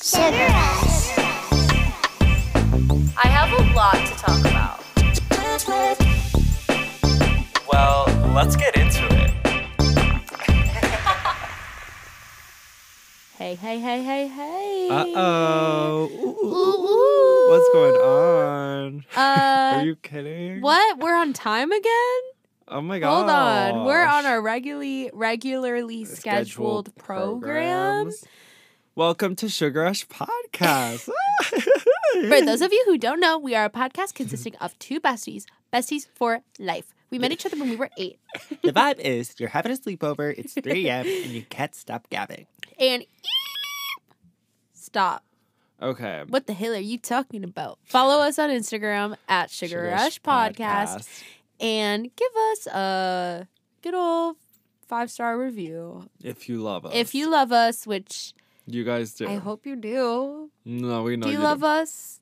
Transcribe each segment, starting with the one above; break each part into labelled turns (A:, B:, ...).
A: Sugar Ash.
B: I have a lot to talk about.
C: Well, let's get into it.
D: Hey, hey, hey, hey, hey.
E: Uh oh.
D: Ooh,
E: What's going on?
D: Uh,
E: Are you kidding?
D: what? We're on time again?
E: Oh my god.
D: Hold on. We're on our regularly regularly scheduled, programs.
E: Welcome to Sugar Rush Podcast.
D: For those of you who don't know, we are a podcast consisting of two besties, besties for life. We met each other when we were eight.
E: the vibe is you're having a sleepover, it's 3 a.m., and you can't stop gabbing.
D: And stop.
E: Okay.
D: What the hell are you talking about? Follow us on Instagram at Sugar, Rush Podcast. and give us a good old five star review
E: If you love us.
D: if you love us, which
E: You guys do.
D: I hope you do.
E: No, we know
D: do you,
E: you
D: love
E: do.
D: us?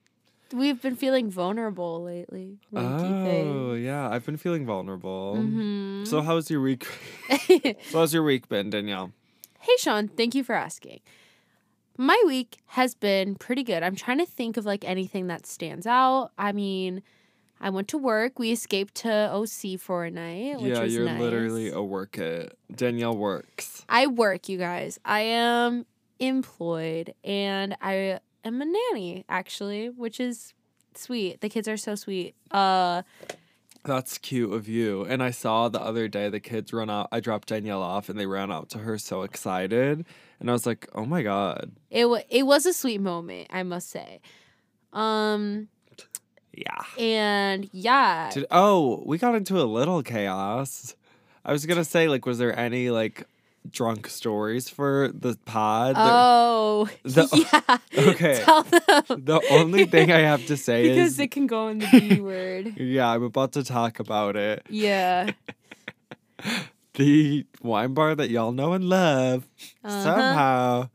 D: We've been feeling vulnerable lately.
E: Oh, yeah. I've been feeling vulnerable.
D: hmm
E: So, how's your week?
D: hey,
E: so, how's your week been, Danielle?
D: Sean, thank you for asking. My week has been pretty good. I'm trying to think of like anything that stands out. I mean, I went to work. We escaped to OC for a night. Which
E: yeah,
D: was
E: you're literally
D: nice.
E: a work it. Danielle works.
D: I work, you guys. I am employed and I am a nanny actually, which is sweet. The kids are so sweet. Uh
E: That's cute of you. And I saw the other day the kids run out. I dropped Danielle off and they ran out to her so excited. And I was like, oh my God.
D: it wa it was a sweet moment, I must say. Um
E: Yeah.
D: and yeah,
E: Did, oh, we got into a little chaos. I was going to say, like, was there any, like, drunk stories for the pod? The-
D: Oh,
E: The-
D: yeah.
E: okay.
D: Tell them.
E: The only thing I have to say
D: Oh. because
E: is,
D: it can go in the B word.
E: yeah, I'm about to talk about it.
D: Yeah.
E: The wine bar that y'all know and love,
D: Uh-huh.
E: somehow,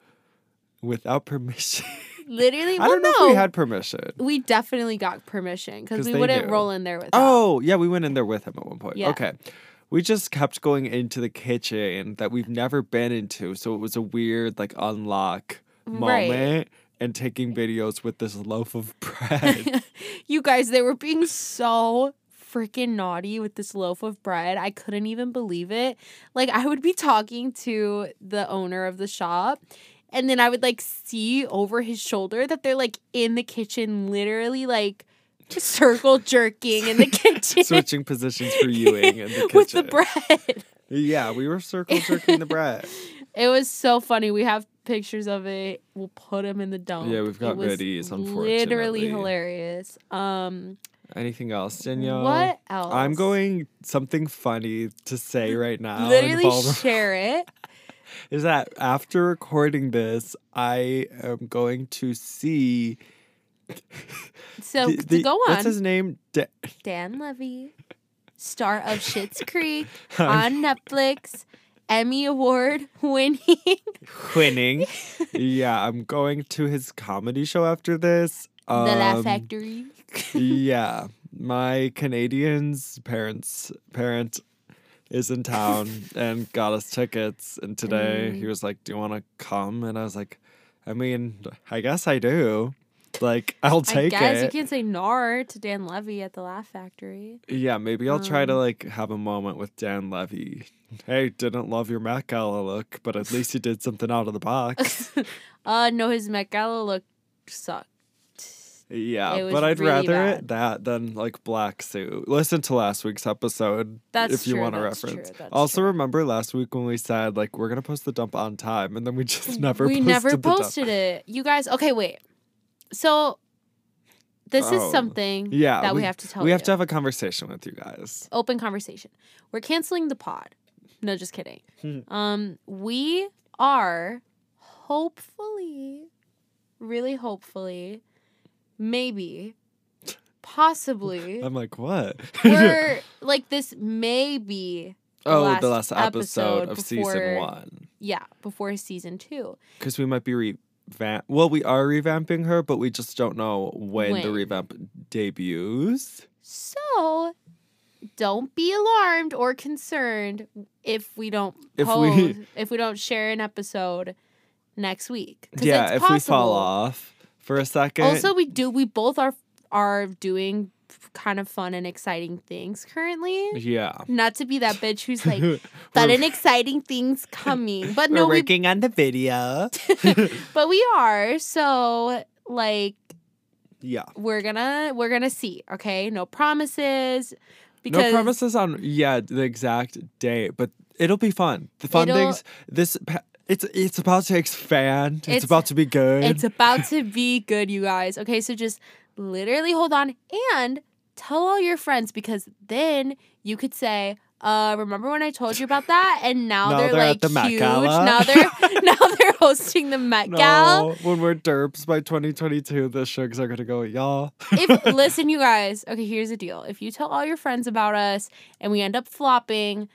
E: without permission.
D: Literally,
E: I
D: well,
E: don't know
D: no.
E: if we had permission.
D: We definitely got permission because
E: 'Cause
D: we
E: they
D: wouldn't
E: do.
D: roll in there with
E: Oh, yeah, we went in there with him at one point.
D: Yeah.
E: Okay. We just kept going into the kitchen that we've never been into. So it was a weird, like, unlock
D: Mm, Right.
E: moment and taking videos with this loaf of bread.
D: you guys, they were being so freaking naughty with this loaf of bread. I couldn't even believe it. Like I would be talking to the owner of the shop and then I would like see over his shoulder that they're like in the kitchen literally like circle jerking in the kitchen
E: Switching positions for Ewing in the kitchen.
D: with the bread.
E: Yeah, we were circle jerking the bread.
D: It was so funny. We have pictures of it. We'll put them in the dump.
E: Yeah, we've got
D: It was
E: videos,
D: Literally
E: unfortunately.
D: hilarious. Um
E: Anything else, Danielle?
D: what else?
E: I'm going something funny to say right now.
D: literally
E: involving-
D: share it.
E: is that after recording this, I am going to see
D: So
E: the-
D: to
E: the-
D: go on,
E: What's his name? Da-
D: Dan Levy, star of Schitt's Creek
E: I'm
D: on Netflix, Emmy Award winning.
E: winning. yeah, I'm going to his comedy show after this. Um,
D: the Laugh Factory.
E: yeah, my Canadian's parents parent is in town and got us tickets. And today
D: Mm.
E: he was like, "Do you want to come?" And I was like, "I mean, I guess I do. Like, I'll
D: I
E: take
D: guess
E: it."
D: you can't say nar to Dan Levy at the Laugh Factory.
E: Yeah, maybe I'll try
D: Um.
E: to like have a moment with Dan Levy. Hey, didn't love your Met Gala look, but at least you did something out of the box.
D: Uh no, his Met Gala look sucked. It
E: yeah,
D: was
E: but I'd
D: really
E: rather
D: bad.
E: it that than like black suit. Listen to last week's episode
D: That's
E: if you
D: true,
E: want a
D: that's true,
E: reference.
D: that's
E: also,
D: true.
E: remember last week when we said like we're gonna post the dump on time, and then we just never
D: we
E: posted
D: never
E: the dump.
D: posted it. You guys, okay, wait. So this is
E: Oh.
D: something
E: Yeah,
D: that we, have to tell
E: We
D: you.
E: have to have a conversation with you guys.
D: open conversation. We're canceling the pod. No, just kidding.
E: Hmm.
D: um, we are hopefully, really hopefully, maybe, possibly,
E: I'm like, what?
D: we're like this maybe.
E: oh,
D: last
E: the last
D: episode
E: episode of
D: before-
E: season one.
D: Yeah, before season two.
E: Because we might be revamp. Well, we are revamping her, but we just don't know when, the
D: When.
E: revamp debuts.
D: So don't be alarmed or concerned if we don't
E: If
D: post,
E: we-
D: if we don't share an episode next week. 'Cause
E: Yeah,
D: it's
E: if we fall
D: possible.
E: off for a second.
D: Also, we do. We both are are doing kind of fun and exciting things currently.
E: yeah.
D: Not to be that bitch who's like
E: We're-
D: fun and exciting things coming, but no,
E: We're
D: we
E: working on the video.
D: but we are. So like
E: yeah.
D: we're gonna we're gonna see. Okay, no promises. Because
E: no promises on yeah the exact date, but it'll be fun. The fun
D: It'll-
E: things. This pa- it's it's about to expand. It's,
D: It's-
E: about to be good.
D: It's about to be good, you guys. Okay, so just literally hold on and tell all your friends because then you could say, uh, remember when I told you about that? And now,
E: Now
D: they're,
E: they're at
D: like
E: the Met
D: huge.
E: Gala.
D: Now they're now they're hosting the Met Gala.
E: no, when we're derps by 2022, the shugs are gonna go, y'all.
D: If listen, you guys, okay, here's the deal. If you tell all your friends about us and we end up flopping,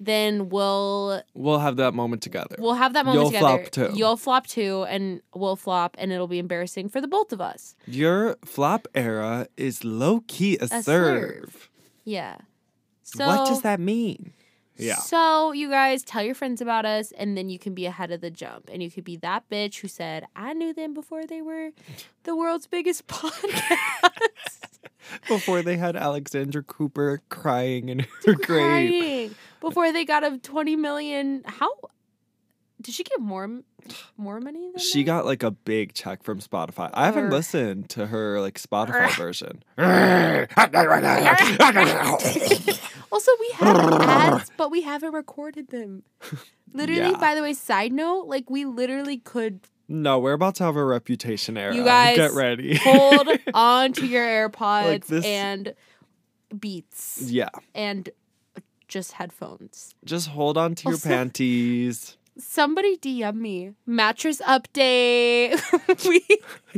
D: then we'll
E: We'll have that moment together.
D: we'll have that moment
E: You'll
D: together.
E: flop too.
D: You'll flop too, and we'll flop, and it'll be embarrassing for the both of us.
E: Your flop era is low key a,
D: A
E: serve.
D: Yeah. So
E: what does that mean? Yeah.
D: So you guys tell your friends about us, and then you can be ahead of the jump, and you could be that bitch who said, "I knew them before they were the world's biggest podcast."
E: Before they had Alexandra Cooper crying in her grave.
D: Crying before they got a twenty million. How did she get more more money? Than
E: She
D: that?
E: got like a big check from Spotify. I haven't
D: Urgh.
E: listened to her like Spotify version.
D: Also, we have ads, but we haven't recorded them. Literally,
E: Yeah.
D: by the way, side note, like we literally could
E: No, we're about to have a reputation era.
D: guys,
E: get ready.
D: hold on to your AirPods
E: this-
D: and Beats
E: yeah,
D: and just headphones.
E: just hold on to your
D: Also-
E: panties.
D: Somebody DM me mattress update. we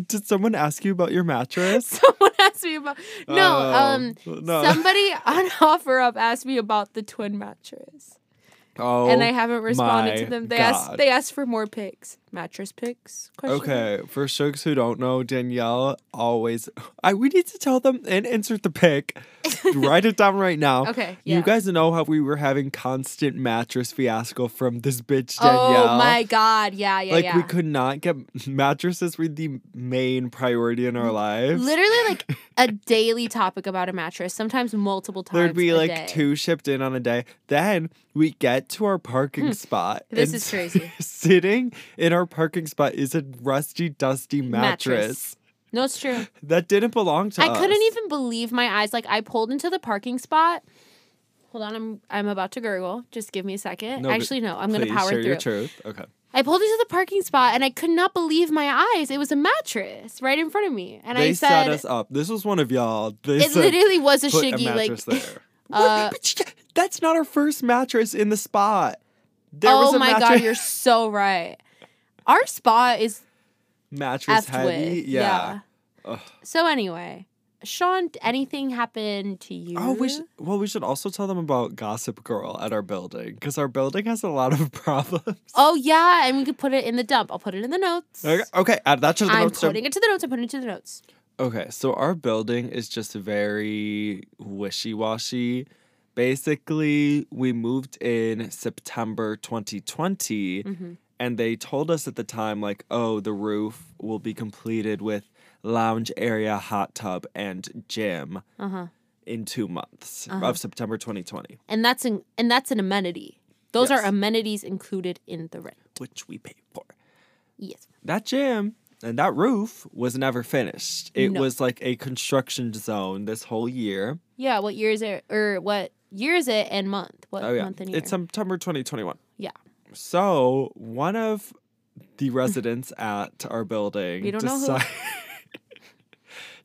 E: Did someone ask you about your mattress?
D: someone asked me about no
E: Oh,
D: um
E: no.
D: somebody on OfferUp asked me about the twin mattress
E: oh,
D: and I haven't responded to
E: my
D: them. They asked
E: God.
D: they asked for more pics, mattress pics. Question mark.
E: Okay, for Shugs who don't know, Danielle always I we need to tell them and insert the pic. Write it down right now.
D: Okay, yeah.
E: You guys know how we were having constant mattress fiasco from this bitch Danielle.
D: Oh my god! Yeah, yeah,
E: like
D: yeah.
E: we could not get mattresses were the main priority in our lives.
D: Literally, like a daily topic about a mattress, sometimes multiple times.
E: There'd be
D: a
E: like
D: day.
E: two shipped in on a day. Then we get to our parking spot.
D: Hmm. This
E: and
D: is crazy.
E: sitting in our parking spot is a rusty, dusty mattress,
D: Mattress. No, it's true.
E: that didn't belong to
D: I
E: us.
D: couldn't even believe my eyes. Like I pulled into the parking spot. Hold on, I'm I'm about to gurgle. Just give me a second.
E: No, but
D: Actually, no, I'm gonna
E: Please
D: power
E: share
D: through.
E: your truth. Okay.
D: I pulled into the parking spot and I could not believe my eyes. It was a mattress right in front of me, and
E: they
D: I
E: sat
D: said,
E: us up. This was one of y'all. They
D: "It
E: said,
D: literally was a
E: put
D: shiggy."
E: a
D: like,
E: mattress there. What?
D: uh,
E: But you- that's not our first mattress in the spot. There
D: oh
E: was a
D: my
E: mattress,
D: god, you're so right. Our spot is
E: mattress
D: effed
E: heavy.
D: with.
E: Yeah. Ugh.
D: So anyway, Sean, d- anything happened to you?
E: Oh, we should, well, we should also tell them about Gossip Girl at our building because our building has a lot of problems.
D: Oh yeah, and we could put it in the dump. I'll put it in the notes.
E: Okay, okay add that to the
D: I'm
E: notes, so-
D: putting it to the notes. I'm putting it to the notes.
E: Okay, so our building is just very wishy washy. Basically, we moved in September 2020, and they told us at the time, like, oh, the roof will be completed with lounge area, hot tub, and gym
D: Uh huh.
E: in two months of September 2020,
D: And that's an and that's an amenity. Those
E: Yes.
D: are amenities included in the rent.
E: which we paid for.
D: Yes.
E: That gym and that roof was never finished. It
D: No.
E: was like a construction zone this whole year.
D: Yeah. What year is it? Or what year is it? And month? What
E: Oh, yeah.
D: month and year?
E: It's September 2021.
D: yeah.
E: So one of the residents at our building
D: We don't know who.
E: deci-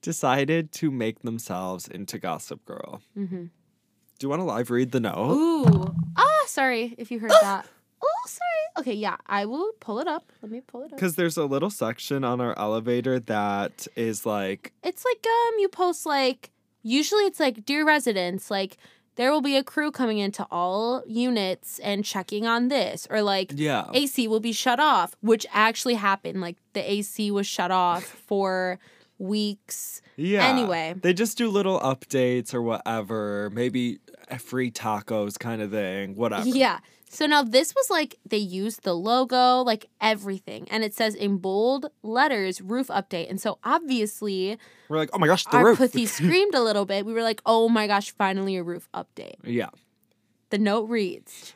E: decided to make themselves into Gossip Girl.
D: Mm-hmm.
E: Do you want to live read the note?
D: Ooh. Ah, sorry if you heard that. Oh, sorry. Okay. Yeah, I will pull it up. Let me pull it up.
E: Because there's a little section on our elevator that is like,
D: It's like um you post like usually it's like dear residents like there will be a crew coming into all units and checking on this or like
E: yeah,
D: AC will be shut off which actually happened like the AC was shut off for weeks.
E: yeah.
D: anyway.
E: they just do little updates or whatever, maybe a free tacos kind of thing, whatever.
D: Yeah. So now this was like they used the logo, like everything. And it says in bold letters, roof update. And so obviously,
E: We're like, oh my gosh, the
D: our
E: roof.
D: pussy screamed a little bit. We were like, oh my gosh, finally a roof update.
E: yeah.
D: The note reads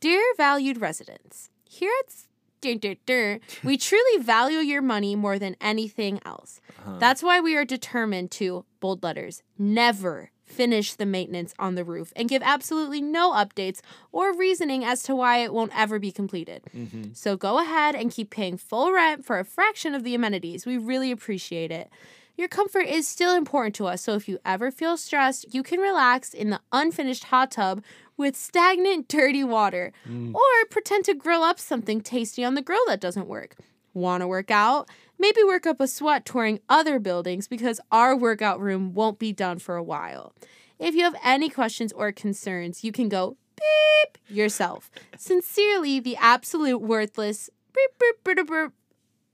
D: Dear valued residents, here at S- Dun, dun, dun, we truly value your money more than anything else.
E: Uh-huh.
D: That's why we are determined to, bold letters, never finish the maintenance on the roof and give absolutely no updates or reasoning as to why it won't ever be completed.
E: Mm-hmm.
D: So go ahead and keep paying full rent for a fraction of the amenities. We really appreciate it. Your comfort is still important to us, so if you ever feel stressed, you can relax in the unfinished hot tub with stagnant, dirty water, or pretend to grill up something tasty on the grill that doesn't work. Want to work out? Maybe work up a sweat touring other buildings because our workout room won't be done for a while. If you have any questions or concerns, you can go beep yourself. Sincerely, the absolute worthless beep, beep, beep, beep, beep,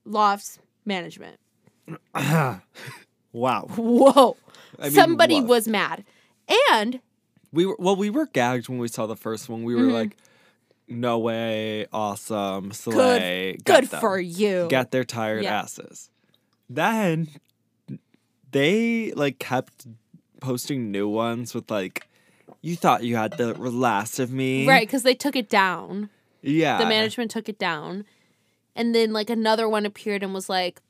D: lofts management.
E: Wow.
D: Whoa.
E: I mean,
D: Somebody
E: loft.
D: was mad. And
E: We were well, we were gagged when we saw the first one. We were
D: Mm-hmm.
E: like, no way, awesome, slay.
D: good,
E: got
D: good
E: them.
D: for you.
E: Got their tired
D: Yeah.
E: asses. Then they like kept posting new ones with like, you thought you had the last of me,
D: right, because they took it down.
E: Yeah,
D: The management took it down. And then, like, another one appeared and was like,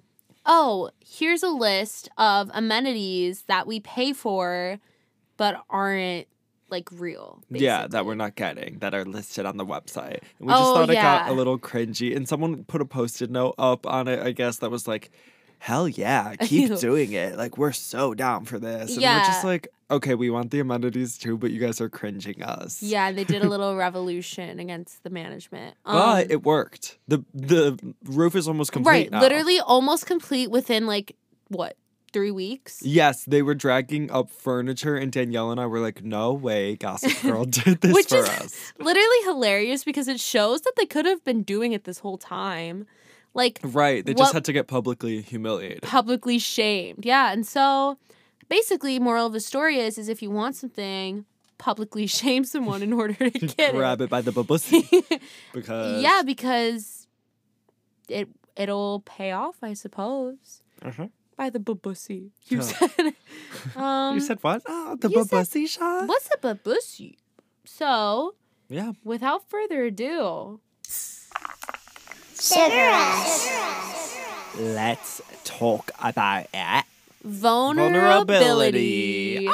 D: oh, here's a list of amenities that we pay for but aren't, like, real.
E: Yeah,
D: basically.
E: that we're not getting that are listed on the website. And we just
D: Oh,
E: thought it got
D: yeah.
E: a little cringy. And someone put a post-it note up on it, I guess, that was like, Hell yeah,
D: Ew.
E: keep doing it. Like we're so down for this. And we're just
D: Yeah.
E: like, okay, we want the amenities too, but you guys are cringing us.
D: Yeah, and they did a little revolution against the management.
E: But
D: Um,
E: it worked. The the roof is almost complete.
D: right,
E: now.
D: literally almost complete within like what three weeks.
E: Yes, they were dragging up furniture and Danielle and I were like, No way, Gossip Girl did this
D: Which
E: for
D: is-
E: us.
D: Literally hilarious because it shows that they could have been doing it this whole time, like
E: Right. They
D: What-
E: just had to get publicly humiliated.
D: publicly shamed. Yeah, and so basically, moral of the story is is if you want something, publicly shame someone in order to get
E: Grab it by the publicity.
D: it.
E: because
D: yeah, because it it'll pay off, I suppose.
E: Uh-huh.
D: by the babussy. You
E: Huh.
D: said. um,
E: you said what? Oh, the
D: you said-
E: babussy shot.
D: what's a babussy? So,
E: Yeah.
D: without further ado,
B: Sugar Rush.
E: Let's talk about it.
D: vulnerability.
E: Vulnerability.
D: Woo.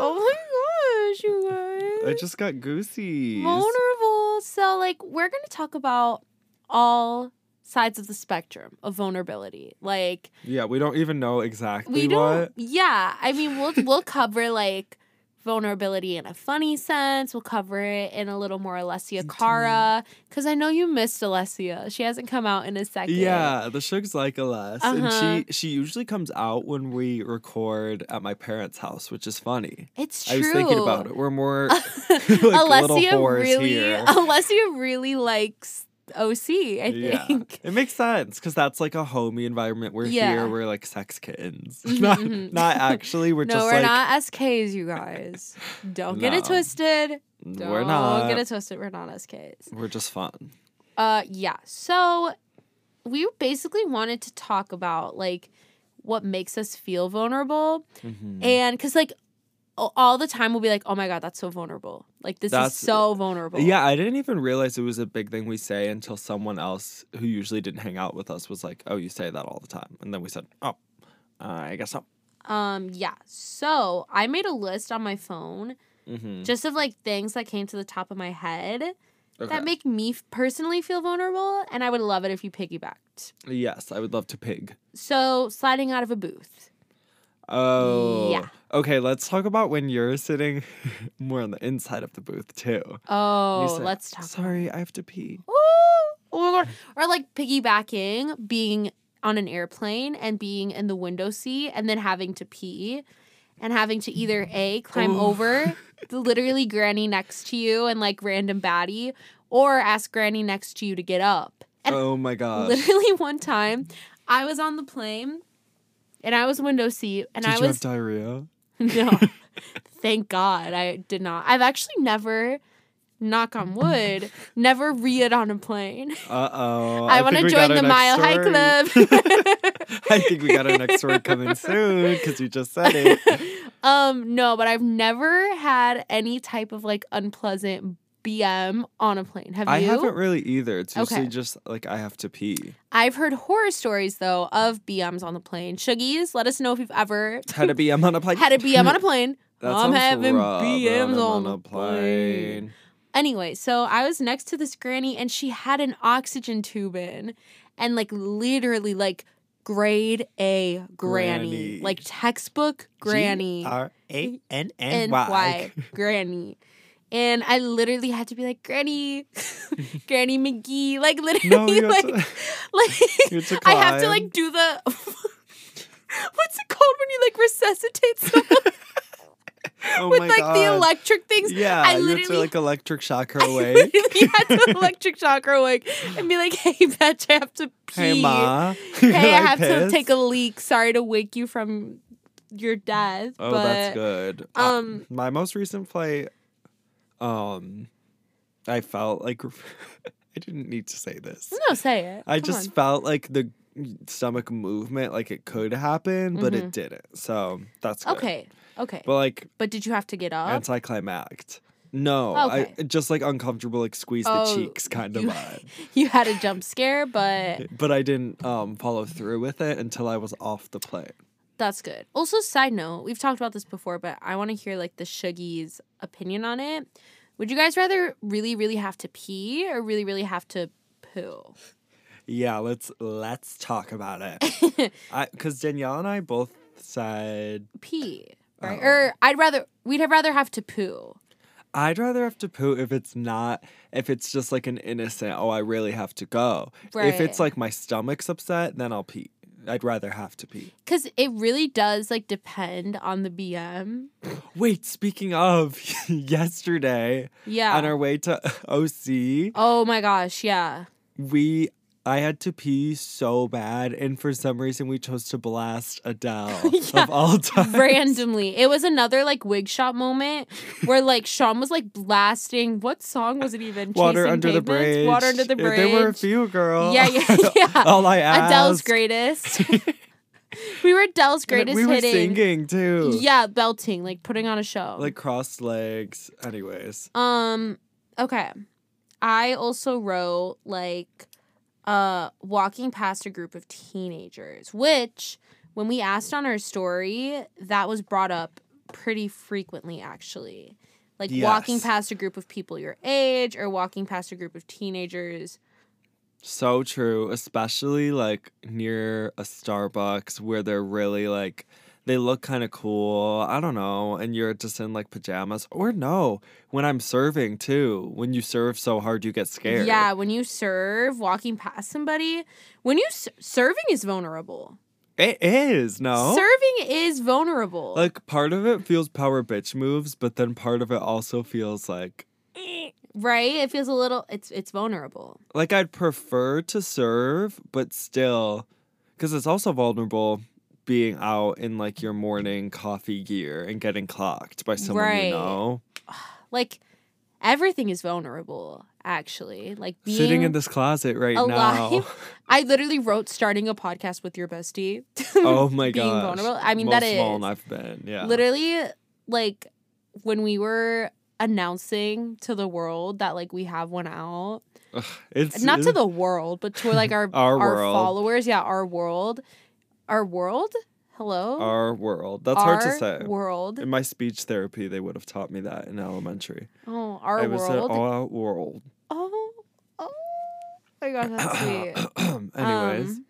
D: Oh my gosh, you guys.
E: Ah! I just got goosies.
D: vulnerable. So, like, we're gonna talk about all sides of the spectrum of vulnerability. Like,
E: Yeah, we don't even know exactly
D: we don't.
E: what.
D: Yeah, I mean, we'll we'll cover like vulnerability in a funny sense. We'll cover it in a little more Alessia
E: Mm-hmm.
D: Cara because I know you missed Alessia. She hasn't come out in a second.
E: Yeah, the Suge's like a less.
D: Uh-huh.
E: And she she usually comes out when we record at my parents' house, which is funny.
D: it's true.
E: I was thinking about it. We're more little
D: Alessia
E: whores
D: really,
E: here.
D: Alessia really likes OC. I
E: Yeah.
D: think.
E: It makes sense because that's like a homey environment. We're
D: Yeah.
E: here, we're like sex kittens.
D: Mhm,
E: not,
D: mhm.
E: not actually. We're
D: no,
E: just
D: we're
E: like
D: not SKs, you guys. Don't get it
E: No.
D: twisted. Don't
E: we're not.
D: get it twisted. We're not SKs.
E: We're just fun.
D: Uh yeah. So we basically wanted to talk about like what makes us feel vulnerable
E: Mhm.
D: and cuz like a- all the time we'll be like, "Oh my god, that's so vulnerable." Like this
E: That's-
D: is so vulnerable.
E: Yeah, I didn't even realize it was a big thing we say until someone else who usually didn't hang out with us was like, "Oh, you say that all the time," and then we said, "Oh, uh, I guess not."
D: Um yeah. So, I made a list on my phone
E: Mm-hmm.
D: just of like things that came to the top of my head
E: Okay.
D: that make me f- personally feel vulnerable and I would love it if you piggybacked.
E: yes, I would love to pig.
D: So, sliding out of a booth.
E: Oh, okay. Let's talk about when you're sitting more on the inside of the booth too. You
D: Oh,
E: say,
D: let's talk
E: Sorry, I have to pee.
D: "Ooh, oh my God." or like piggybacking being on an airplane and being in the window seat and then having to pee and having to either a climb
E: Ooh.
D: over the literally granny next to you and like random baddie or ask granny next to you to get up and
E: oh my gosh.
D: literally one time i was on the plane and i was window seat and
E: Did
D: i
E: you
D: was
E: have diarrhea?
D: no. Thank God I did not. I've actually never knock on wood, never read on a plane.
E: Uh oh.
D: I want to join the Mile High Club.
E: I think we got our next story coming soon because you just said it.
D: um, no, but I've never had any type of like unpleasant BM on a plane. Have
E: I
D: you?
E: haven't really either. It's usually
D: Okay.
E: just like I have to pee.
D: I've heard horror stories though of BMs on the plane. Shuggies, let us know if you've ever
E: Had to be. I'm on a plane.
D: had a BM on a plane.
E: That
D: I'm
E: sounds
D: having
E: rough, and
D: BMs
E: I'm
D: on a plane. Anyway, so I was next to this granny and she had an oxygen tube in and like literally like grade A granny,
E: Granny.
D: like textbook granny.
E: R A N N
D: and
E: Y.
D: why granny. And I literally had to be like Granny, Granny McGee, like
E: No,
D: literally,
E: you have
D: like,
E: to,
D: like
E: you have to
D: I have to
E: climb.
D: like do the what's it called when you like resuscitate someone
E: oh
D: with
E: my
D: like the
E: God.
D: electric things?
E: Yeah,
D: I
E: you have to
D: literally-
E: like electric shock her
D: I
E: away.
D: literally had to electric shock her awake and be like, "Hey, bitch, I have to pee.
E: Hey, ma.
D: Hey, I have to take a leak. Sorry to wake you from your death."
E: Oh,
D: but
E: that's good. Um,
D: um,
E: my most recent flight, um, I felt like I didn't need to say this.
D: No, say it.
E: I
D: Come
E: just
D: on.
E: felt like the stomach movement, like it could happen, but it didn't. So that's good.
D: Mm-hmm. okay, okay.
E: But like
D: But did you have to get up?
E: anticlimactic. No, I
D: Okay.
E: just like uncomfortable, like squeeze the
D: Oh,
E: cheeks kind of
D: you-
E: vibe.
D: you had a jump scare, but
E: But I didn't um follow through with it until I was off the plane.
D: that's good. Also, side note, we've talked about this before, but I want to hear like the Shuggy's opinion on it. Would you guys rather really, really have to pee or really, really have to poo?
E: Yeah, let's let's talk about it. I because Danielle and I both said
D: Pee, right?
E: Oh.
D: Or I'd rather we'd have rather have to poo.
E: I'd rather have to poo if it's not if it's just like an innocent. Oh, I really have to go. If it's
D: Right.
E: like my stomach's upset, then I'll pee. I'd rather have to pee.
D: Cause it really does like depend on the BM.
E: Wait, speaking of yesterday
D: Yeah.
E: on our way to OC,
D: oh my gosh, yeah.
E: we I had to pee so bad, and for some reason we chose to blast Adele
D: Yeah.
E: of all time.
D: randomly. It was another like wig shop moment where like Sean was like blasting what song was it even?
E: Water
D: Chasing
E: under the
D: Pavements?
E: bridge.
D: Water under the
E: Yeah,
D: bridge.
E: There were a few Oh, girls.
D: Yeah, yeah, yeah.
E: all I asked.
D: Adele's greatest. we were Adele's
E: And
D: greatest
E: We were
D: hitting.
E: singing too.
D: Yeah, belting, like putting on a show.
E: like crossed legs. Anyways,
D: um okay. I also wrote like uh walking past a group of teenagers, which when we asked on our story, that was brought up pretty frequently actually. Like walking
E: Yes.
D: past a group of people your age or walking past a group of teenagers.
E: so true, especially like near a Starbucks where they're really like they look kind of cool. I don't know, and you're just in like pajamas or no, when I'm serving too. When you serve so hard, you get scared.
D: Yeah, when you serve, walking past somebody, when you s- serving is vulnerable.
E: it is no.
D: Serving is vulnerable.
E: Oh. like part of it feels power bitch moves, but then part of it also feels like
D: right? It feels a little it's it's vulnerable.
E: like I'd prefer to serve, but still, because it's also vulnerable being out in like your morning coffee gear and getting clocked by someone you
D: Right.
E: know.
D: Like everything is vulnerable actually. Like being
E: Sitting in this closet right
D: alive.
E: now.
D: I literally wrote starting a podcast with your bestie.
E: Oh my
D: Being
E: god.
D: vulnerable. I mean,
E: Most
D: that is
E: vulnerable I've been. Yeah.
D: literally like when we were announcing to the world that like we have one out.
E: It's
D: Not to the world, but to like our
E: Our world.
D: followers, yeah, our world. Our world? Hello?
E: our world. That's hard to
D: Our
E: say.
D: World.
E: In my speech therapy, they would have taught me that in elementary.
D: Oh, our
E: I was
D: world.
E: said, "Our world.
D: Oh, oh my gosh, that's sweet.
E: Anyways,
D: Um,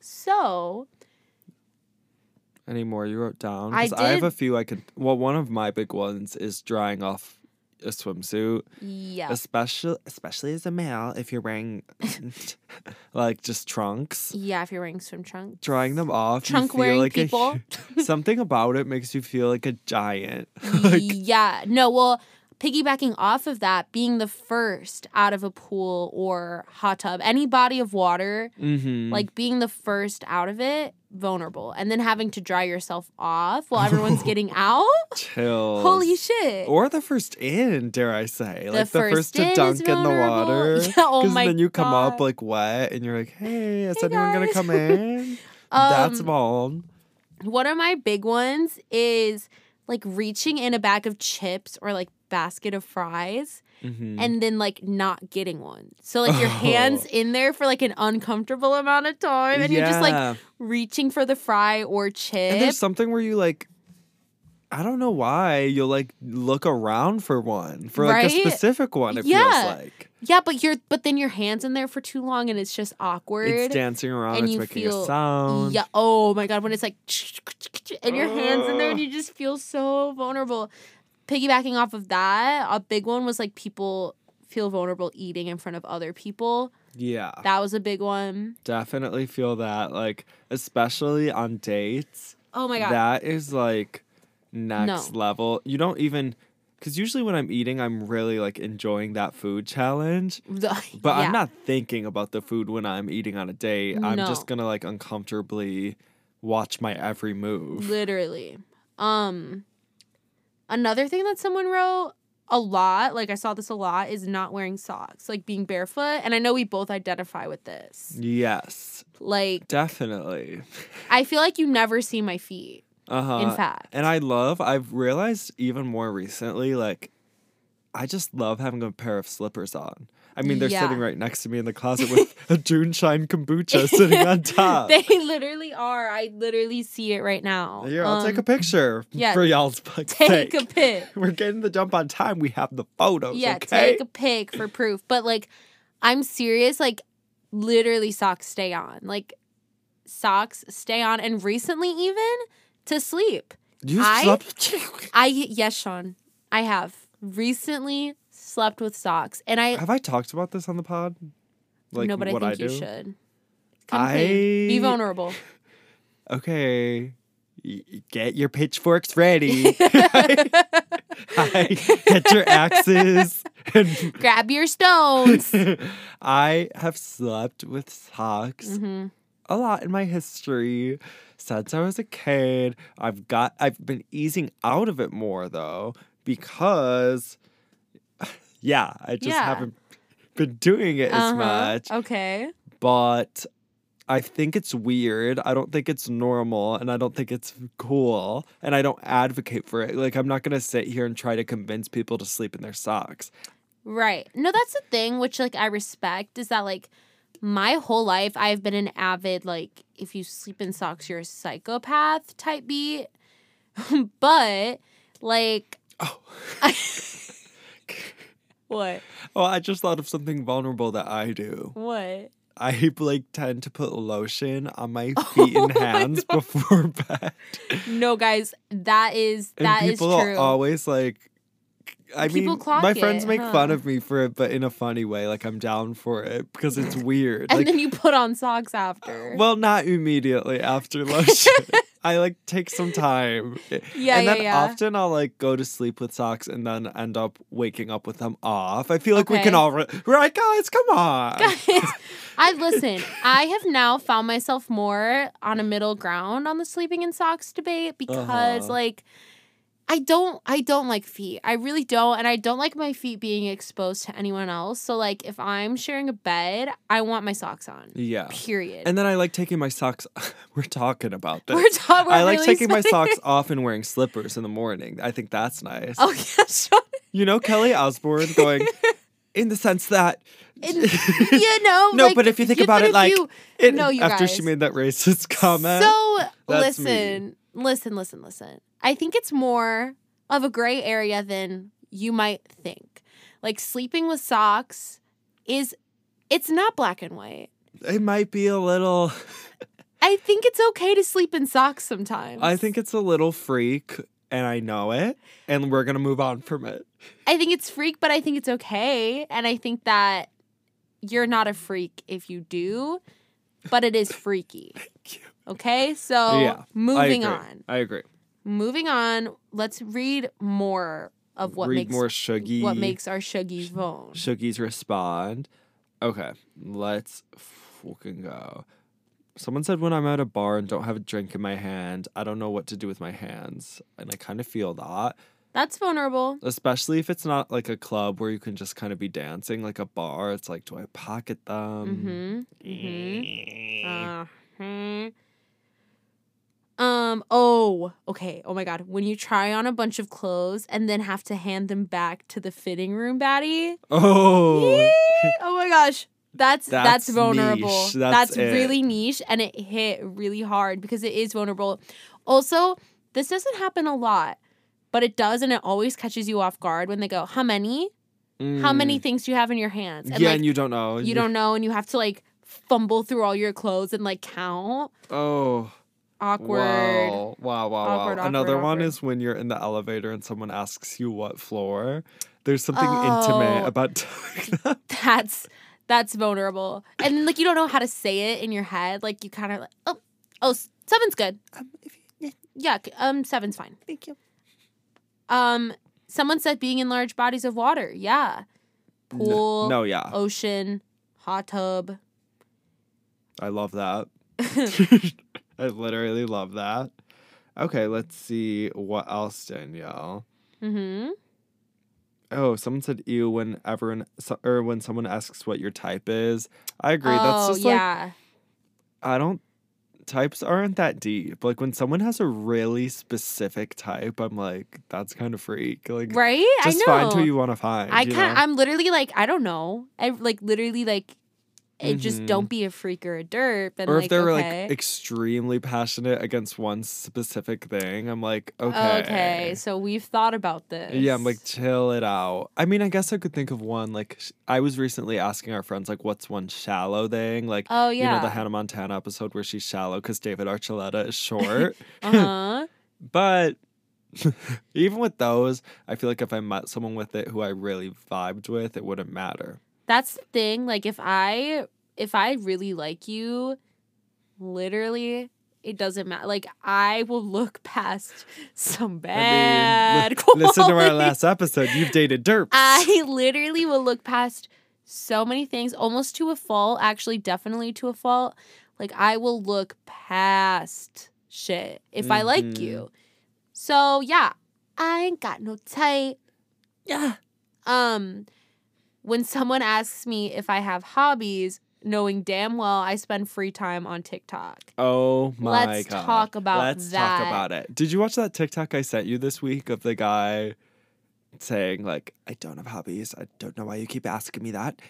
D: so
E: any more you wrote down?
D: I
E: 'Cause I have
D: did-
E: a few I could. Well, one of my big ones is drying off a swimsuit,
D: yeah,
E: especially especially as a male if you're wearing like just trunks.
D: yeah. If you're wearing swim trunks,
E: Drying them off, you
D: Trunk
E: feel
D: wearing
E: like a
D: people.
E: hu- something about it makes you feel like a giant. like
D: yeah. No, well, piggybacking off of that, being the first out of a pool or hot tub, any body of water,
E: Mm-hmm.
D: like being the first out of it, vulnerable. And then having to dry yourself off while everyone's getting out.
E: chills.
D: Holy shit.
E: Or the first in, dare I say, like the
D: first
E: first,
D: in
E: to
D: is
E: dunk in the
D: vulnerable.
E: water.
D: Yeah, oh
E: 'Cause
D: my
E: then you come up
D: God.
E: like wet, and you're like, "Hey, is
D: Hey,
E: anyone gonna
D: guys."
E: come in?" That's
D: Um,
E: mom.
D: One of my big ones is like reaching in a bag of chips or like basket of fries
E: Mhm.
D: and then like not getting one. So like your hands
E: Oh.
D: in there for like an uncomfortable amount of time and you're just like
E: Yeah.
D: reaching for the fry or
E: And
D: chip.
E: there's something where you like, I don't know why you'll like look around for one for like a
D: Right?
E: specific one. It
D: Yeah.
E: feels like
D: Yeah, but you're but then your hands in there for too long and it's just awkward.
E: it's dancing around.
D: And
E: it's
D: you
E: making a
D: feel-
E: sound.
D: Yeah. Oh my god, when it's like and your hands in there and you just feel so vulnerable. Piggybacking off of that, a big one was like people feel vulnerable eating in front of other people.
E: Yeah,
D: That was a big one.
E: definitely feel that. Like especially on dates.
D: Oh my god.
E: That is like next level. You don't even because usually when I'm eating, I'm really like enjoying that food challenge.
D: The-
E: But
D: yeah.
E: I'm not thinking about the food when I'm eating on a date. I'm just
D: No.
E: gonna like uncomfortably watch my every move.
D: literally. Um another thing that someone wrote a lot, like I saw this a lot, is not wearing socks, like being barefoot. And I know we both identify with this.
E: Yes,
D: Like
E: definitely.
D: I feel like you never see my feet.
E: Uh huh.
D: in fact,
E: And I love, I've realized even more recently, like, I just love having a pair of slippers on. I mean, they're
D: Yeah.
E: sitting right next to me in the closet with a June Shine kombucha sitting on top.
D: They literally are. I literally see it right now.
E: Here, I'll take a
D: Um,
E: picture
D: yeah,
E: for y'all's fuck's
D: Take
E: sake.
D: a pic.
E: We're getting the jump on time. We have the photos.
D: Yeah,
E: okay?
D: take a pic for proof. But like, I'm serious. Like, literally, socks stay on. Like, socks stay on. And recently, even to sleep,
E: you
D: I-
E: slept.
D: I yes, Sean, I have recently slept with socks, and I
E: have I talked about this on the pod?
D: no, but I think
E: what
D: you
E: do?
D: should. Come clean.
E: I-
D: Be vulnerable.
E: Okay. Y- y- Get your pitchforks ready. I get your axes. And
D: Grab your stones.
E: I have slept with socks
D: hmm
E: a lot in my history since I was a kid. I've got I've been easing out of it more though because yeah, I just
D: Yeah.
E: haven't been doing it as
D: Uh-huh.
E: much
D: Okay.
E: but I think it's weird. I don't think it's normal and I don't think it's cool and I don't advocate for it. Like I'm not going to sit here and try to convince people to sleep in their socks.
D: Right. No, that's the thing which like I respect is that like my whole life I've been an avid like if you sleep in socks you're a psychopath type beat. but like
E: Oh.
D: what?
E: Oh, I just thought of something vulnerable that I do.
D: What?
E: I like tend to put lotion on my feet and
D: Oh my
E: hands before bed.
D: No guys, that is
E: And
D: that is
E: people are
D: true.
E: always like I
D: People
E: mean,
D: clock
E: my friends
D: it,
E: make fun
D: huh?
E: of me for it, but in a funny way. Like I'm down for it because it's weird.
D: and
E: like,
D: then you put on socks after.
E: Well, not immediately after lunch. I like take some time.
D: Yeah,
E: and
D: yeah,
E: then
D: yeah.
E: often I'll like go to sleep with socks and then end up waking up with them off. I feel like we can
D: Okay.
E: all re- we're like, guys, come on.
D: I listen. I have now found myself more on a middle ground on the sleeping in socks debate because
E: Uh-huh.
D: like I don't I don't like feet. I really don't and I don't like my feet being exposed to anyone else. So like if I'm sharing a bed, I want my socks on.
E: Yeah.
D: Period.
E: And then I like taking my socks. we're talking about this.
D: we're talking
E: I like taking my socks off and wearing slippers in the morning. I think that's nice.
D: Oh yeah, sure.
E: You know, Kelly Osbourne going in the sense that
D: And, you know,
E: No,
D: like,
E: but if you think about
D: but
E: it,
D: if
E: like,
D: you-
E: it,
D: No, you
E: after she
D: guys.
E: made that racist comment.
D: So
E: That's me.
D: listen, listen, listen, listen. I think it's more of a gray area than you might think. Like sleeping with socks is it's not black and white.
E: it might be a little
D: I think it's okay to sleep in socks sometimes.
E: I think it's a little freak, and I know it, and we're gonna move on from it.
D: I think it's freak, but I think it's okay. And I think that you're not a freak if you do, but it is freaky.
E: you.
D: Okay? So
E: Yeah, I
D: moving
E: agree.
D: on.
E: I agree.
D: Moving on, let's read more of what
E: Read
D: makes
E: more Shuggy.
D: what makes our Shuggy bone.
E: Shuggies respond. Okay, let's fucking go. Someone said when I'm at a bar and don't have a drink in my hand, I don't know what to do with my hands. And I kind of feel that,
D: That's vulnerable.
E: especially if it's not like a club where you can just kind of be dancing, like a bar. It's like, do I pocket them?
D: Mm-hmm. Mm-hmm. Uh-huh. Um. Oh. Okay. Oh my God. When you try on a bunch of clothes and then have to hand them back to the fitting room baddie.
E: Oh,
D: Yee! oh my gosh. That's that's,
E: That's
D: vulnerable.
E: niche.
D: That's,
E: That's it.
D: really niche and it hit really hard because it is vulnerable. Also, this doesn't happen a lot, but it does and it always catches you off guard when they go, "How many? How many
E: Mm.
D: things do you have in your hands?" And
E: yeah,
D: like
E: and you don't know.
D: you don't know and you have to like fumble through all your clothes and like count.
E: Oh.
D: Awkward.
E: Wow, wow, wow, wow.
D: Awkward, awkward,
E: Another one
D: awkward.
E: is when you're in the elevator and someone asks you what floor. There's something
D: Oh.
E: intimate about telling them.
D: That's that's vulnerable. And like you don't know how to say it in your head. Like you kind of like, "Oh, oh, seven's good." Um, Yeah, c- um, seven's fine. Thank you. Um, someone said being in large bodies of water. Yeah,
E: No-
D: pool,
E: No, yeah.
D: ocean, hot tub.
E: I love that. I literally love that. Okay, let's see what else, Danielle.
D: Mm-hmm.
E: Oh, someone said ew when everyone so- or when someone asks what your type is. I agree. That's
D: oh
E: just like
D: yeah,
E: I don't types aren't that deep. Like when someone has a really specific type, I'm like, that's kind of freak. Like
D: right.
E: just
D: I know.
E: find who you want to find.
D: I
E: you
D: can't.
E: know?
D: I'm literally like I don't know. I like literally like. It just
E: Mhm.
D: don't be a freak or a derp, and
E: or
D: like
E: if they're
D: okay.
E: like extremely passionate against one specific thing, I'm like, okay.
D: okay. so we've thought about this.
E: Yeah, I'm like, chill it out. I mean, I guess I could think of one. Like, sh- I was recently asking our friends, like, what's one shallow thing? Like,
D: oh
E: you know, the
D: yeah,
E: Hannah Montana episode where she's shallow because David Archuleta is short.
D: uh huh,
E: but even with those, I feel like if I met someone with it who I really vibed with, it wouldn't matter.
D: that's the thing. Like if I if I really like you, literally it doesn't matter. Like I will look past some
E: I
D: bad
E: mean, li- listen to our
D: qualities.
E: last episode. You've dated derps.
D: I literally will look past so many things, almost to a fault. Actually, definitely to a fault. Like I will look past shit if I like
E: Mhm.
D: you. So yeah, I ain't got no type.
E: yeah.
D: Um, when someone asks me if I have hobbies, knowing damn well I spend free time on TikTok.
E: Oh my
D: Let's
E: god.
D: talk about
E: Let's
D: that.
E: talk about it. Did you watch that TikTok I sent you this week of the guy saying like I don't have hobbies. I don't know why you keep asking me that.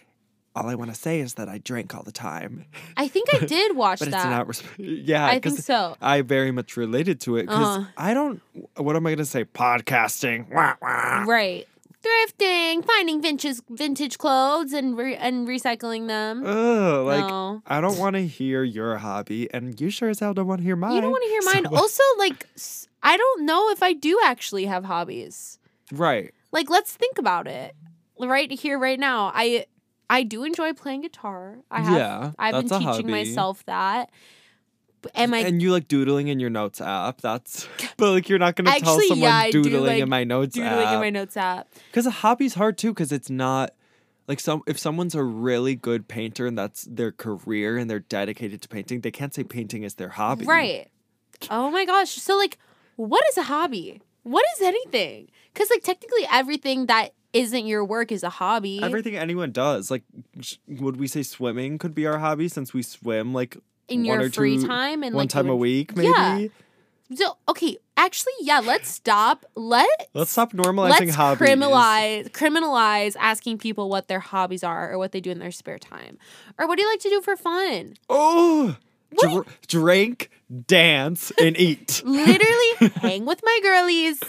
E: All I want to say is that I drink all the time.
D: I think I did watch
E: But it's
D: that.
E: not resp- yeah,
D: I think
E: because
D: so.
E: I very much related to it because
D: Uh-huh.
E: I don't. What am I gonna say? Podcasting. Wah, wah.
D: Right. Thrifting, finding vintage vintage clothes and re- and recycling them.
E: Ugh, like
D: no.
E: I don't want to hear your hobby, and you sure as hell don't want to hear mine.
D: You don't want to hear mine.
E: So-
D: Also, like s- I don't know if I do actually have hobbies.
E: right.
D: like let's think about it right here right now i i do enjoy playing guitar i have
E: Yeah,
D: i've been
E: that's a
D: teaching
E: hobby.
D: myself that B- am i
E: and you like doodling in your notes app. That's but like you're not gonna tell
D: Actually,
E: someone
D: yeah, I do
E: doodling
D: like
E: in my notes
D: doodling in my
E: app
D: notes app
E: because a hobby's hard too because it's not like some if someone's a really good painter and that's their career and they're dedicated to painting, they can't say painting is their hobby.
D: right oh my gosh so like what is a hobby what is anything because like technically everything that isn't your work is a hobby
E: Everything anyone does, like, sh- would we say swimming could be our hobby since we swim like
D: in
E: one
D: your
E: or
D: free
E: two-
D: time and
E: one
D: like
E: time a
D: doing-
E: week, maybe?
D: Yeah. so okay actually yeah let's stop let
E: Let's stop normalizing
D: let's
E: hobbies.
D: criminalize criminalize asking people what their hobbies are or what they do in their spare time or what do you like to do for fun
E: Oh,
D: What?
E: dr- drink, dance, and eat.
D: literally hang with my girlies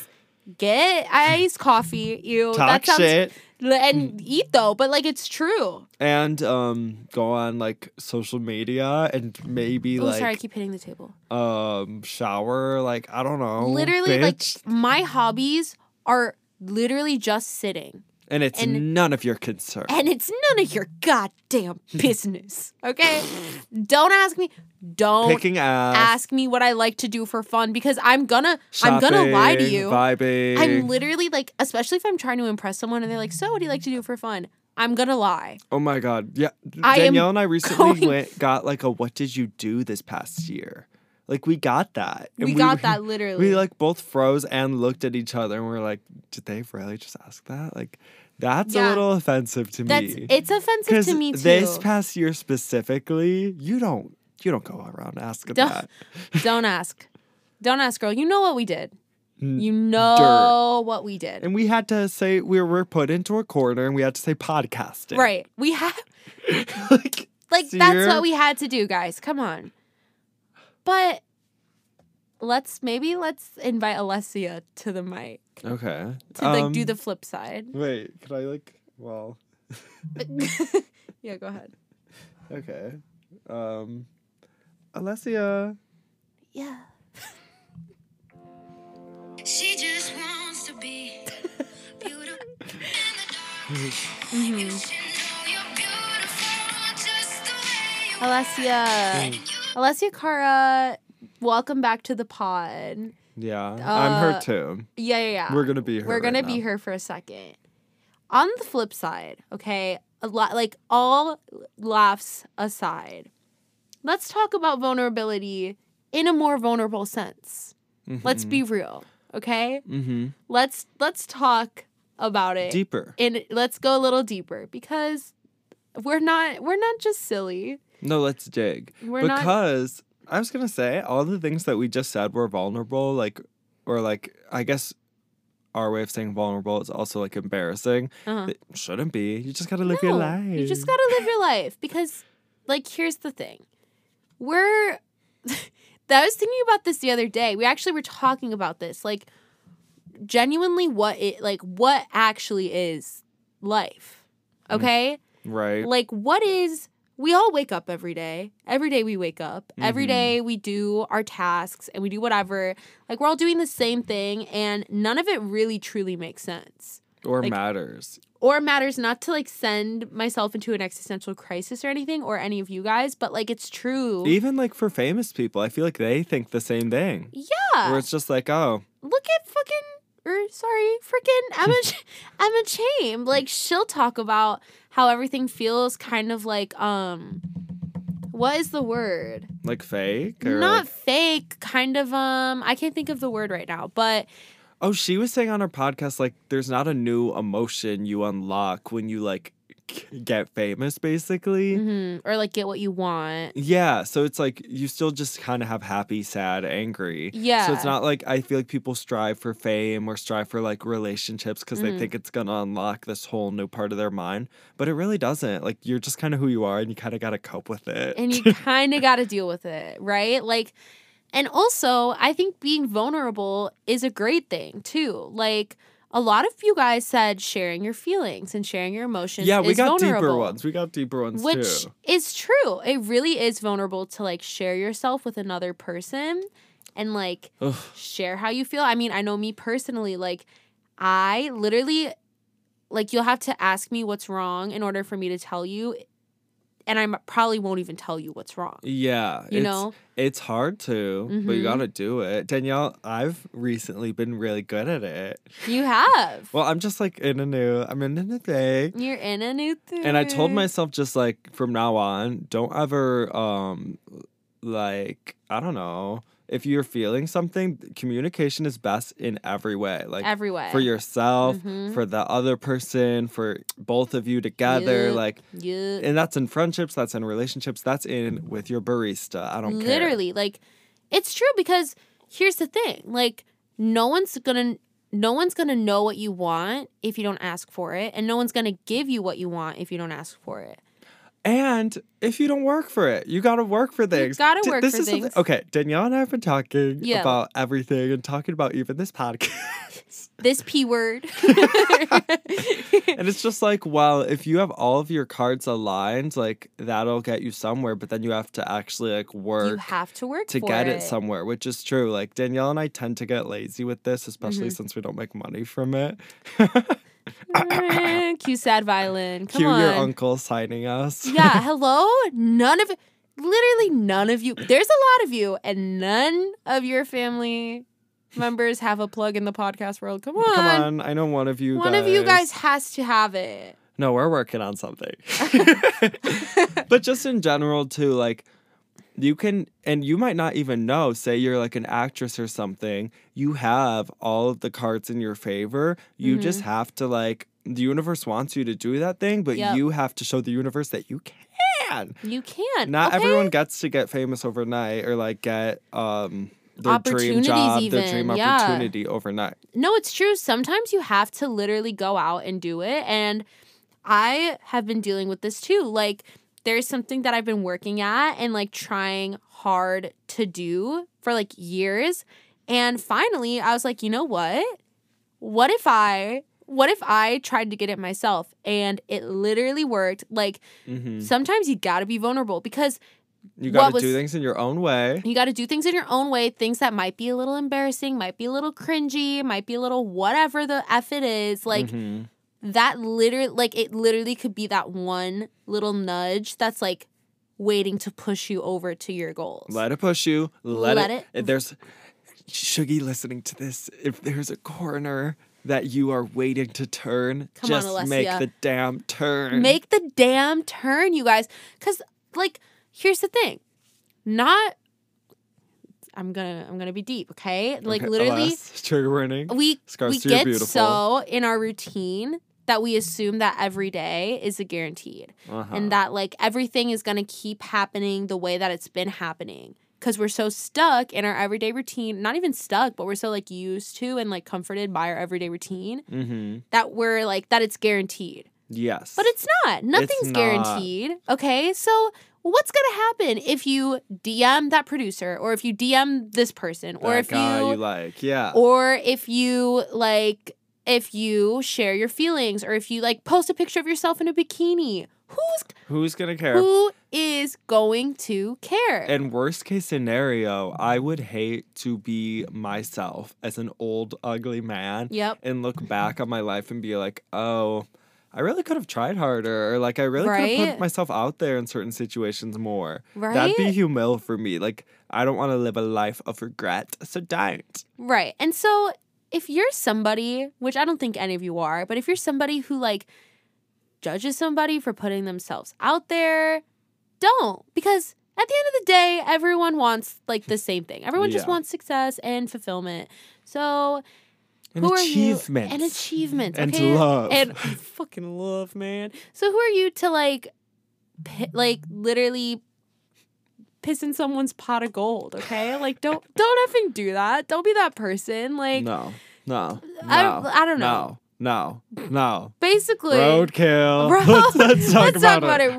D: get iced coffee you
E: Talk shit. Mm.
D: and eat though but like it's true
E: and um go on like social media and maybe
D: oh
E: like
D: sorry i keep hitting the table
E: um shower like i don't know
D: literally
E: bitch.
D: like my hobbies are literally just sitting
E: And it's
D: And-
E: none of your concern.
D: and it's none of your goddamn business. Okay? Don't ask me. Don't
E: Picking ass,
D: ask me what I like to do for fun because I'm gonna I'm gonna lie to
E: shopping,
D: you.
E: Vibing.
D: I'm literally like, especially if I'm trying to impress someone and they're like, "So, what do you like to do for fun?" I'm gonna lie.
E: oh my god. Yeah.
D: I am
E: Danielle and I recently
D: going-
E: went, got like a what did you do this past year? Like we got that.
D: We,
E: And
D: got that literally.
E: We like both froze and looked at each other and we are like, did they really just ask that? Like, that's
D: Yeah.
E: a little offensive to
D: That's
E: me.
D: it's offensive to me too.
E: this past year specifically, you don't you don't go around asking
D: Don't-
E: that.
D: Don't ask. Don't ask, girl. You know what we did.
E: N-
D: You know what we did.
E: And we had to say we were put into a corner and we had to say podcasting.
D: Right. We have
E: like,
D: like
E: So
D: that's
E: you're-
D: what we had to do, guys. Come on. But let's maybe let's invite Alessia to the mic
E: okay.
D: to like do
E: Um,
D: the flip side.
E: Wait, could I like well
D: yeah, go ahead.
E: okay. Um Alessia.
D: Yeah.
A: She just wants to be beautiful in the dark.
D: Mm-hmm.
A: You should know you're beautiful just the way you
D: Alessia. Alessia Cara, welcome back to the pod.
E: Yeah. I'm
D: Uh,
E: her too.
D: Yeah, yeah, yeah.
E: We're gonna be her.
D: We're gonna
E: right
D: be
E: now.
D: here for a second. On the flip side, okay, a lot like all laughs aside, let's talk about vulnerability in a more vulnerable sense. Let's be real, okay?
E: Mm-hmm.
D: Let's let's talk about it
E: Deeper.
D: and let's go a little deeper because we're not we're not just silly.
E: No, let's dig.
D: We're not-
E: because I was gonna say all the things that we just said were vulnerable, like or like I guess our way of saying vulnerable is also like embarrassing.
D: Uh-huh.
E: It shouldn't be. You just gotta live your
D: No,
E: life.
D: You just gotta live your life because, like, here's the thing: we're. I was thinking about this the other day. We actually were talking about this, like, genuinely, what it like, what actually is life? Okay,
E: Mm-hmm. right.
D: like, what is? We all wake up every day. Every day we wake up. Every
E: Mhm.
D: day we do our tasks and we do whatever. Like we're all doing the same thing and none of it really truly makes sense
E: or
D: like-
E: matters.
D: or matters not to like send myself into an existential crisis or anything or any of you guys but like it's true
E: Even like for famous people, I feel like they think the same thing.
D: yeah
E: Where it's just like, oh,
D: look at fucking or sorry freaking emma Ch- emma Chamb. like she'll talk about how everything feels kind of like um what is the word
E: like fake or
D: not
E: like-
D: fake kind of um i can't think of the word right now but
E: oh, she was saying on her podcast like there's not a new emotion you unlock when you like get famous, basically.
D: mhm, or like get what you want
E: Yeah, so it's like you still just kind of have happy, sad, angry. So
D: Yeah.
E: it's not like I feel like people strive for fame or strive for like relationships because
D: Mhm.
E: they think it's gonna unlock this whole new part of their mind, but it really doesn't. Like you're just kind of who you are, and you kind of gotta cope with it.
D: and you kind of got to deal with it, right? Like, and also, I think being vulnerable is a great thing too. Like, a lot of you guys said sharing your feelings and sharing your emotions.
E: yeah, we
D: is
E: got deeper
D: vulnerable,
E: ones. We got deeper ones
D: which
E: too.
D: is true. It really is vulnerable to like share yourself with another person and like
E: Ugh.
D: share how you feel. I mean, I know me personally, like, I literally, like, you'll have to ask me what's wrong in order for me to tell you. And I probably won't even tell you what's wrong.
E: Yeah,
D: You
E: it's,
D: know?
E: it's hard to, but
D: Mhm.
E: you gotta do it. Danielle, I've recently been really good at it.
D: You have.
E: Well, I'm just like in a new, I'm in a new thing.
D: You're in a new thing.
E: And I told myself just like from now on, don't ever um like I don't know. If you're feeling something, communication is best in every way. Like
D: every way
E: for yourself,
D: Mhm.
E: for the other person, for both of you together.
D: Yep.
E: Like
D: Yeah.
E: and that's in friendships, that's in relationships, that's in with your barista. I don't care.
D: literally like it's true because here's the thing like no one's gonna no one's gonna know what you want if you don't ask for it and no one's gonna give you what you want if you don't ask for it
E: And if you don't work for it, you gotta work for things.
D: gotta
E: D-
D: work
E: this
D: for
E: is something-
D: things.
E: Okay, Danielle and I have been talking
D: Yeah.
E: about everything and talking about even this podcast.
D: this p word
E: And it's just like, well, if you have all of your cards aligned, like that'll get you somewhere, but then you have to actually like
D: you
E: work
D: have to work
E: to
D: for
E: get it. somewhere, which is true. Like
D: Mm-hmm.
E: Danielle and I tend to get lazy with this, especially since we don't make money from it.
D: Cue sad violin. Come
E: Cue
D: on.
E: your uncle signing us.
D: yeah, hello? None of literally none of you. There's a lot of you and none of your family members have a plug in the podcast world. Come on.
E: Come on, I know one of you.
D: One
E: guys.
D: of you guys has to have it.
E: No, we're working on something. but just in general, too, like you can, and you might not even know, say you're like an actress or something, you have all of the cards in your favor. You
D: Mm-hmm.
E: just have to, like, the universe wants you to do that thing, but
D: Yep.
E: you have to show the universe that you can.
D: You can't.
E: Not
D: okay?
E: everyone gets to get famous overnight or like get um their dream
D: Opportunities
E: job, their
D: even,
E: dream
D: yeah.
E: opportunity overnight.
D: No, it's true. Sometimes you have to literally go out and do it. And I have been dealing with this too. Like, there's something that I've been working at and like trying hard to do for like years. And finally, I was like, you know what? What if I. What if I tried to get it myself and it literally worked? Like,
E: Mhm.
D: sometimes you gotta be vulnerable because
E: You
D: Mm-hmm. What
E: got to
D: was-
E: do things in your own way.
D: you got to do things in your own way, things that might be a little embarrassing, might be a little cringy, might be a little whatever the F it is. Like
E: Mhm.
D: that literally, like it literally could be that one little nudge that's like waiting to push you over to your goals.
E: Let it push you. Let,
D: Let
E: it,
D: it-
E: If there's Shuggy listening to this. If there's a corner that you are waiting to turn,
D: Come on,
E: just make
D: Alessia.
E: the damn turn.
D: Make the damn turn, you guys. Cause like, here's the thing. Not I'm gonna I'm gonna be deep, okay? Like
E: Okay,
D: literally
E: Aless, trigger warning.
D: we
E: Scars
D: we
E: to your
D: get
E: beautiful.
D: so in our routine that we assume that every day is a guaranteed
E: Uh-huh.
D: and that like everything is going to keep happening the way that it's been happening because we're so stuck in our everyday routine not even stuck but we're so like used to and like comforted by our everyday routine
E: Mhm.
D: that we're like that it's guaranteed
E: Yes.
D: but it's not nothing's
E: not.
D: guaranteed okay so what's going to happen if you dm that producer or if you dm this person or
E: That
D: if
E: guy
D: you
E: like, yeah.
D: or if you like if you share your feelings or if you like post a picture of yourself in a bikini who's
E: Who's gonna care?
D: who is going to care
E: And worst case scenario, I would hate to be myself as an old, ugly man
D: yep
E: and look back on my life and be like, oh, I really could have tried harder. Or like, I really could have put
D: Right?
E: myself out there in certain situations more. That'd
D: right
E: be humil for me. Like, I don't want to live a life of regret. So don't.
D: right and so if you're somebody which i don't think any of you are but if you're somebody who like judges somebody for putting themselves out there don't because at the end of the day everyone wants like the same thing everyone just
E: Yeah.
D: wants success and fulfillment so
E: And
D: who
E: achievements.
D: Are you? And achievements.
E: And
D: okay?
E: love.
D: And fucking love, man. So who are you to like, pi- like literally piss in someone's pot of gold? Okay, like don't don't effing do that. Don't be that person. Like
E: no, no.
D: I
E: no,
D: don't- I don't know.
E: No, no, no.
D: basically,
E: Roadkill.
D: Road-
E: let's, let's talk,
D: let's
E: about,
D: talk
E: it.
D: about it.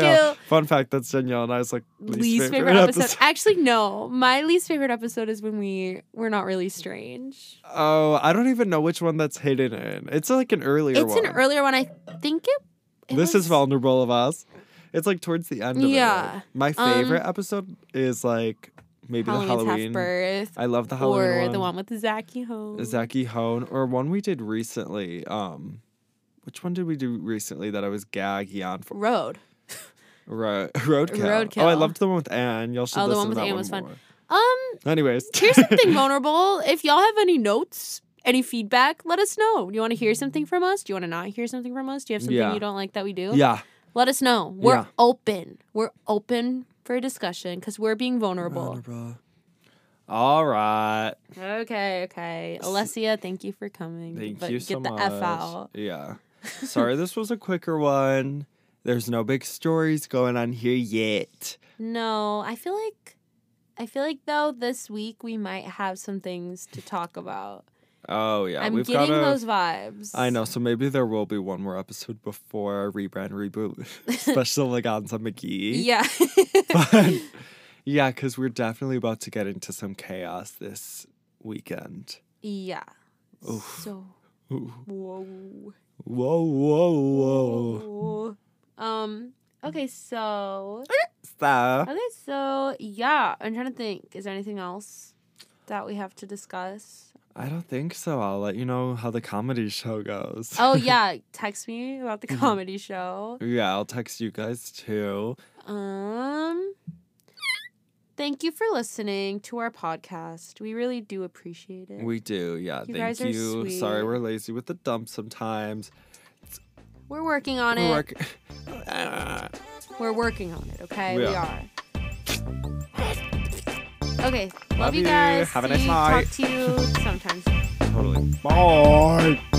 D: Roadkill.
E: Fun fact that's Danielle and I was like, least,
D: least favorite, episode. Actually, no. My least favorite episode is when we we're not really strange.
E: Oh, I don't even know which one that's hidden in. It's like an earlier
D: it's
E: one.
D: an earlier one. I think it. it
E: this
D: was-
E: is vulnerable of us. It's like towards the end of it.
D: Yeah. um,
E: right? My favorite episode is like maybe the
D: Halloween's half
E: Halloween.
D: birth.
E: I love the Halloween
D: Or
E: one.
D: the one with the Zachy home.
E: Zachy Hone or one we did recently. Um, which one did we do recently that I was gaggy on for?
D: Road.
E: Ro- Roadkill. Oh, I
D: Roadkill.
E: loved the one with Anne. Y'all should
D: Oh, the
E: listen
D: one
E: to
D: with
E: that
D: Anne
E: one
D: was fun.
E: more.
D: Um,
E: Anyways,
D: here's something vulnerable. If y'all have any notes, any feedback, let us know. Do you want to hear something from us? Do you want to not hear something from us? Do you have something
E: Yeah.
D: you don't like that we do?
E: yeah,
D: Let us know. We're
E: Yeah.
D: open. We're open for discussion because we're being vulnerable.
E: vulnerable. All right.
D: Okay, okay. Alessia, thank you for coming.
E: Thank
D: but
E: you
D: get
E: so
D: the
E: much.
D: F out.
E: uh, Yeah. Sorry, this was a quicker one. There's no big stories going on here yet.
D: No, I feel like I feel like though this week we might have some things to talk about.
E: Oh yeah,
D: I'm
E: we've
D: getting
E: got a.
D: those vibes.
E: I know, so maybe there will be one more episode before our rebrand reboot special Laganza McGee.
D: Yeah.
E: But yeah, because we're definitely about to get into some chaos this weekend.
D: yeah. So
E: Ooh.
D: whoa.
E: Whoa, whoa, whoa.
D: Ooh. Um. Okay. So.
E: So,
D: Okay. So yeah, I'm trying to think. Is there anything else that we have to discuss?
E: I don't think so. I'll let you know how the comedy show goes.
D: Oh yeah, text me about
E: Mm-hmm.
D: the comedy show.
E: Yeah, I'll text you guys too.
D: Um Thank you for listening to our podcast. We really do appreciate it.
E: We do. Yeah,
D: You
E: thank
D: guys are
E: you. Sorry
D: sweet.
E: we're lazy with the dump sometimes.
D: We're working on it.
E: We're work- Ah.
D: We're working on it, okay?
E: We
D: We
E: are.
D: are. Okay, love,
E: Love
D: you
E: you.
D: guys.
E: Have a nice
D: See-
E: night.
D: Talk to you sometimes.
E: totally. Bye.